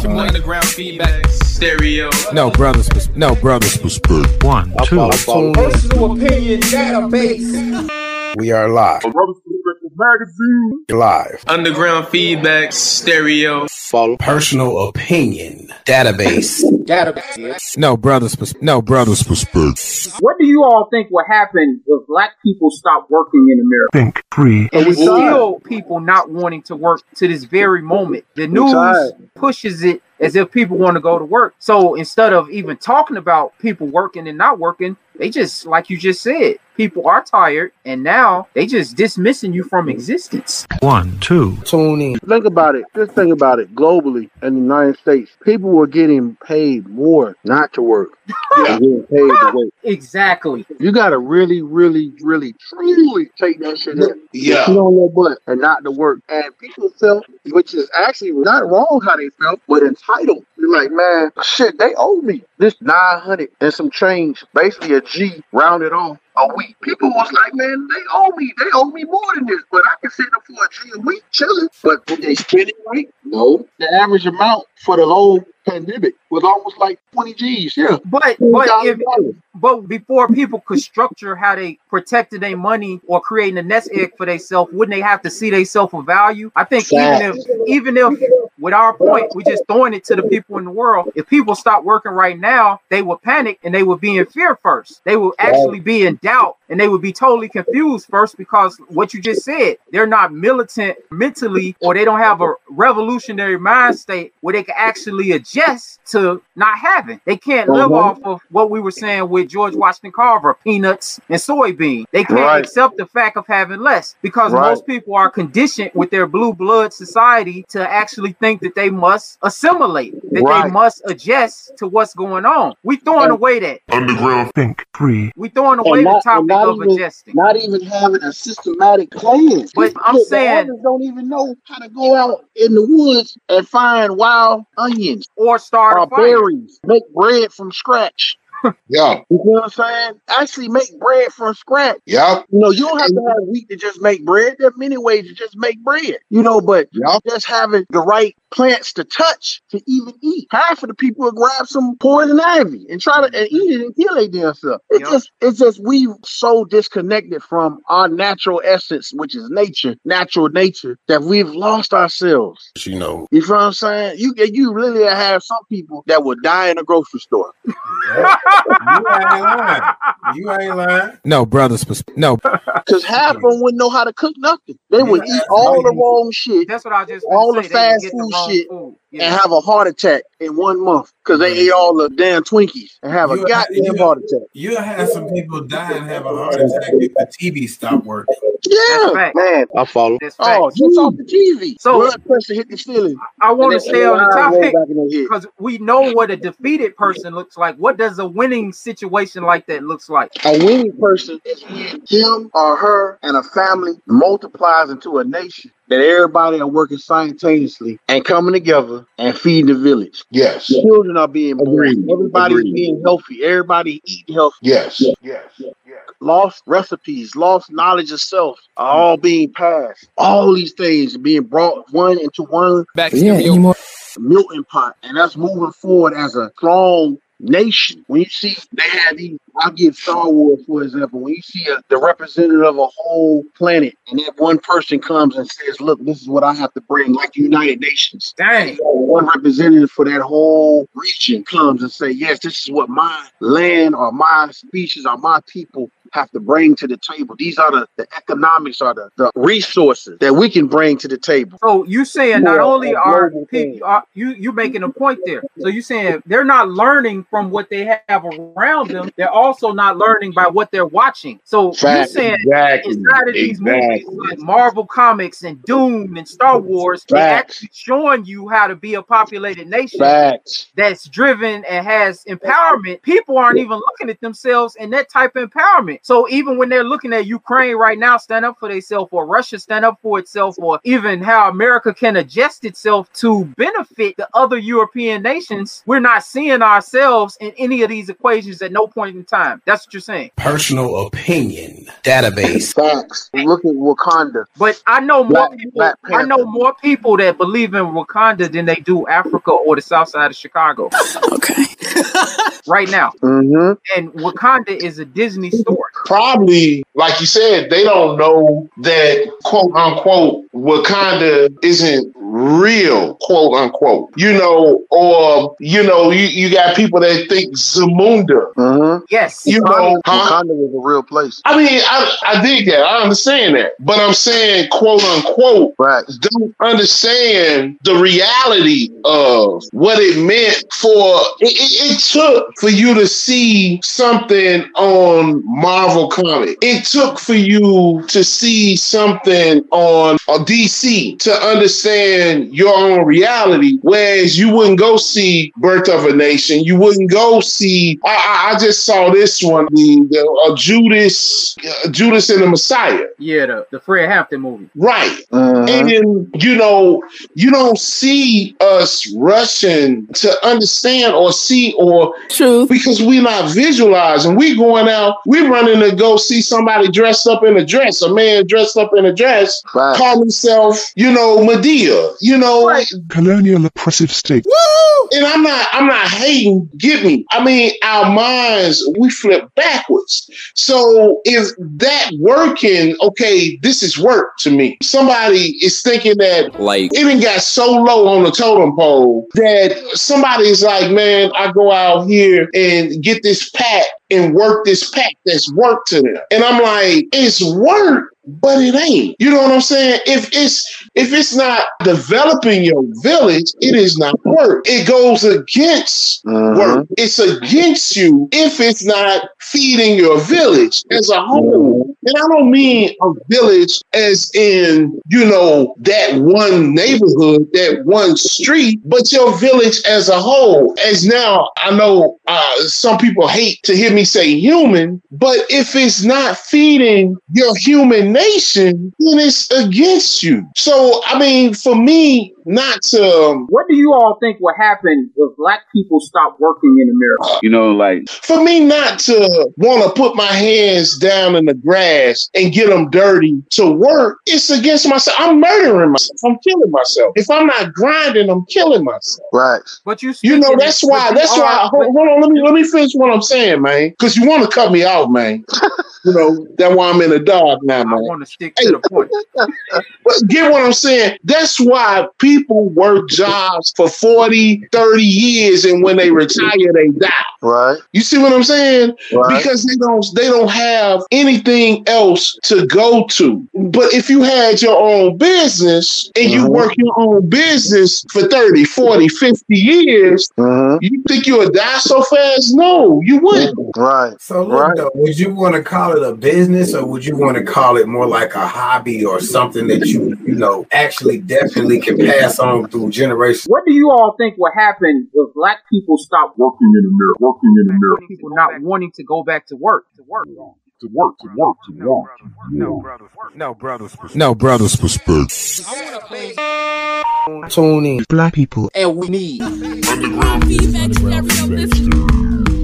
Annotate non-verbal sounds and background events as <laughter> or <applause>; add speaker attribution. Speaker 1: Some underground feedback stereo.
Speaker 2: No brothers, pers- no brothers. Perspective. One, two.
Speaker 3: Personal opinion database. We are live. Live.
Speaker 1: Underground feedback stereo.
Speaker 3: Follow. Personal opinion database.
Speaker 4: database.
Speaker 2: No brothers, pers- no brothers. Perspective.
Speaker 4: What do you all think would happen if black people stop working in America?
Speaker 2: Think free.
Speaker 4: And we still people not wanting to work to this very moment. The news pushes it as if people want to go to work. So instead of even talking about people working and not working, they just like you just said, people are tired and now they just dismissing you from existence.
Speaker 2: One, two.
Speaker 5: Tune Think about it. Just think about it. Globally, in the United States, people were getting paid more not to work. than getting paid to work.
Speaker 4: Exactly.
Speaker 5: You gotta really, really, really, truly take that shit in.
Speaker 3: Yeah.
Speaker 5: Sit on your butt and not to work. And people felt, which is actually not wrong how they felt, but entitled. You're like, man, shit, they owe me this nine hundred and some change, basically a G rounded off a week. People was like, man, they owe me, they owe me more than this, but I can sit up for a G a week chilling. But did they spend it right? No. The average amount for the whole pandemic was almost like twenty G's. Yeah.
Speaker 4: But but if, but before people could structure how they protected their money or creating a nest egg for themselves, wouldn't they have to see themselves a value? I think even if even if with our point, we just throwing it to the people in the world. If people stop working right now, they would panic and they would be in fear first. They will actually be in doubt and they would be totally confused first because what you just said, they're not militant mentally or they don't have a revolutionary mind state where they can actually adjust to not having. They can't live
Speaker 5: Mhm.
Speaker 4: off of what we were saying with George Washington Carver, peanuts and soybean. They can't
Speaker 5: Right.
Speaker 4: accept the fact of having less because
Speaker 5: Right.
Speaker 4: most people are conditioned with their blue blood society to actually think that they must assimilate, that they
Speaker 5: Right.
Speaker 4: must adjust to what's going on. We throwing away that.
Speaker 6: Underground think free.
Speaker 4: We throwing
Speaker 5: And
Speaker 4: away the
Speaker 5: not-
Speaker 4: topic
Speaker 5: and not
Speaker 4: of
Speaker 5: even-
Speaker 4: adjusting.
Speaker 5: Not even having a systematic plan.
Speaker 4: But
Speaker 5: These
Speaker 4: I'm
Speaker 5: kids, the
Speaker 4: saying-
Speaker 5: others don't even know how to go out in the woods and find wild onions
Speaker 4: Or start
Speaker 5: or
Speaker 4: a fire.
Speaker 5: berries, make bread from scratch.
Speaker 3: Yeah.
Speaker 5: You know what I'm saying? Actually, make bread from scratch.
Speaker 3: Yeah.
Speaker 5: You know, you don't have to have wheat to just make bread. There are many ways to just make bread. You know, but
Speaker 3: Yeah.
Speaker 5: just having the right plants to touch to even eat. Half of the people will grab some poison ivy and try to and eat it and kill they damn self. It's
Speaker 4: Yup.
Speaker 5: just it's just we so disconnected from our natural essence, which is nature, natural nature, that we've lost ourselves.
Speaker 3: You know.
Speaker 5: You feel what I'm saying? You you really have some people that will die in a grocery store.
Speaker 7: You ain't lying. You ain't lying.
Speaker 2: No brothers. Pers- no.
Speaker 5: Because half of them wouldn't know how to cook nothing. They would eat all the wrong shit
Speaker 4: That's what I just
Speaker 5: All
Speaker 4: finna
Speaker 5: the
Speaker 4: say. They
Speaker 5: fast
Speaker 4: get
Speaker 5: food
Speaker 4: wrong
Speaker 5: shit
Speaker 4: food.
Speaker 5: and
Speaker 4: Yeah. Mm-hmm.
Speaker 5: have a heart attack in one month because they ate all the damn Twinkies and have a
Speaker 7: You-
Speaker 5: goddamn
Speaker 7: you-
Speaker 5: heart attack.
Speaker 7: You'll have some people die and have a heart attack if the TV stop working.
Speaker 4: That's
Speaker 5: Yeah,
Speaker 4: fact.
Speaker 5: man.
Speaker 3: I follow.
Speaker 4: That's fact.
Speaker 5: Oh, just off the TV.
Speaker 4: So-
Speaker 5: So blood pressure hit the ceiling.
Speaker 4: I want to
Speaker 5: And they-
Speaker 4: stay on
Speaker 5: <laughs>
Speaker 4: the
Speaker 5: and they
Speaker 4: topic.
Speaker 5: roll back in their head.
Speaker 4: because we know what a defeated person looks like. What does a winning situation like that looks like?
Speaker 5: A winning person is when him or her and a family multiplies into a nation that everybody are working simultaneously and coming together and feeding the village.
Speaker 3: Yes.
Speaker 5: Children are being born.
Speaker 3: Agreed.
Speaker 5: Everybody's
Speaker 3: Agreed.
Speaker 5: being healthy. Everybody eating healthy.
Speaker 3: Yes. Yes.
Speaker 5: lost recipes, lost knowledge of self are all being passed. All these things are being brought one into one
Speaker 1: Back stereo.
Speaker 5: melting pot, and that's moving forward as a strong nation. When you see they have these, I'll give Star Wars for example. When you see a, the representative of a whole planet, and that one person comes and says, "Look, this is what I have to bring," like the United Nations.
Speaker 4: Dang.
Speaker 5: One representative for that whole region comes and say, "Yes, this is what my land or my species or my people." Have to bring to the table. These are the, the economics, are the, the resources that we can bring to the table.
Speaker 4: So you saying not
Speaker 5: More
Speaker 4: only
Speaker 5: a
Speaker 4: are
Speaker 5: global thing.
Speaker 4: people are, you you making a point there. So you saying they're not learning from what they have around them. They're also not learning by what they're watching. So you
Speaker 3: Fact.
Speaker 4: saying
Speaker 3: Exactly.
Speaker 4: inside of these movies like Marvel Comics and Doom and Star Wars, they're
Speaker 5: Facts.
Speaker 4: actually showing you how to be a populated nation.
Speaker 5: Facts.
Speaker 4: that's driven and has empowerment, people aren't even looking at themselves in that type of empowerment. it. So even when they're looking at Ukraine right now, stand up for themselves, or Russia stand up for itself, or even how America can adjust itself to benefit the other European nations, we're not seeing ourselves in any of these equations at no point in time. That's what you're saying.
Speaker 8: Personal opinion database.
Speaker 5: Facts. Look at Wakanda.
Speaker 4: But I know more Black, people. Black I know more people that believe in Wakanda than they do Africa or the South Side of Chicago.
Speaker 9: okay.
Speaker 4: right now,
Speaker 5: mm-hmm.
Speaker 4: and Wakanda is a Disney story.
Speaker 10: Probably, like you said, they don't know that quote unquote Wakanda isn't real, quote unquote. You know, or you know, you, you got people that think Zamunda.
Speaker 5: Mm-hmm.
Speaker 4: Yes.
Speaker 10: You Wakanda, know,
Speaker 5: huh? Wakanda is a real place.
Speaker 10: I mean, I, I dig that. I understand that. But I'm saying, quote unquote,
Speaker 5: right.
Speaker 10: don't understand the reality of what it meant for it, it, it, took for you to see something on Marvel comic. It took for you to see something on uh, DC to understand your own reality. Whereas you wouldn't go see Birth of a Nation. You wouldn't go see. I, I, I just saw this one, the, the uh, Judas, uh, Judas and the Messiah.
Speaker 4: Yeah, the, the Fred Hampton movie.
Speaker 10: Right. Uh-huh. And
Speaker 5: Mm-hmm.
Speaker 10: then, you know, you don't see us rushing to understand or see or
Speaker 9: True.
Speaker 10: because we're not visualizing. We going out, we running to go see somebody dressed up in a dress, a man dressed up in a dress,
Speaker 5: right.
Speaker 10: call himself, you know, Medea, you know,
Speaker 9: right.
Speaker 6: colonial oppressive state.
Speaker 10: Woo! And I'm not I'm not hating, get me. I mean, our minds, we flip backwards. So is that working? Okay, this is work to me. Somebody is thinking that
Speaker 8: Like
Speaker 10: it done got so low on the totem pole that somebody's like, man, I go out here and get this pack and work this pack that's work to them. And I'm like, it's work, but it ain't. You know what I'm saying? If it's if it's not developing your village, it is not work. It goes against
Speaker 5: Mhm.
Speaker 10: work. It's against you if it's not feeding your village as a whole. And I don't mean a village as in, you know, that one neighborhood, that one street, but your village as a whole. As now, I know uh, some people hate to hear me say human, but if it's not feeding your human nation, then it's against you. So, I mean, for me, not to. um,
Speaker 4: What do you all think would happen if black people stop working in America?
Speaker 11: You know, like
Speaker 10: for me not to want to put my hands down in the grass and get them dirty to work, it's against myself. I'm murdering myself. I'm killing myself. If I'm not grinding, I'm killing myself.
Speaker 5: Right.
Speaker 4: But you,
Speaker 10: You know,
Speaker 4: speaking-
Speaker 10: that's why,
Speaker 4: but you
Speaker 10: that's
Speaker 4: are-
Speaker 10: why, hold, hold on, let me, let me finish what I'm saying, man. Cause you want to cut me off, man. you know, that's why I'm in the dark now,
Speaker 4: I
Speaker 10: man.
Speaker 4: want to stick to the point.
Speaker 10: But get what I'm saying? That's why people work jobs for 40, 30 years and when they retire, they die.
Speaker 5: Right.
Speaker 10: You see what I'm saying?
Speaker 5: Right.
Speaker 10: because they don't they don't have anything else to go to. But if you had your own business and you
Speaker 5: Mhm.
Speaker 10: work your own business for 30, 40, 50 years,
Speaker 5: hmm
Speaker 10: you think you would die so fast? No, you wouldn't.
Speaker 5: Right.
Speaker 7: So look
Speaker 5: Right.
Speaker 7: though, would you want to call it a business or would you want to call it more like a hobby or something that you you know actually definitely can pass on through generations?
Speaker 4: What do you all think will happen if black people stop working in America? Working in America, people not wanting to go back to work. To work.
Speaker 2: To work, to work, to work. No brothers. No brothers. Perspective.
Speaker 6: Black people
Speaker 3: And we need.
Speaker 9: Feedback stereo. This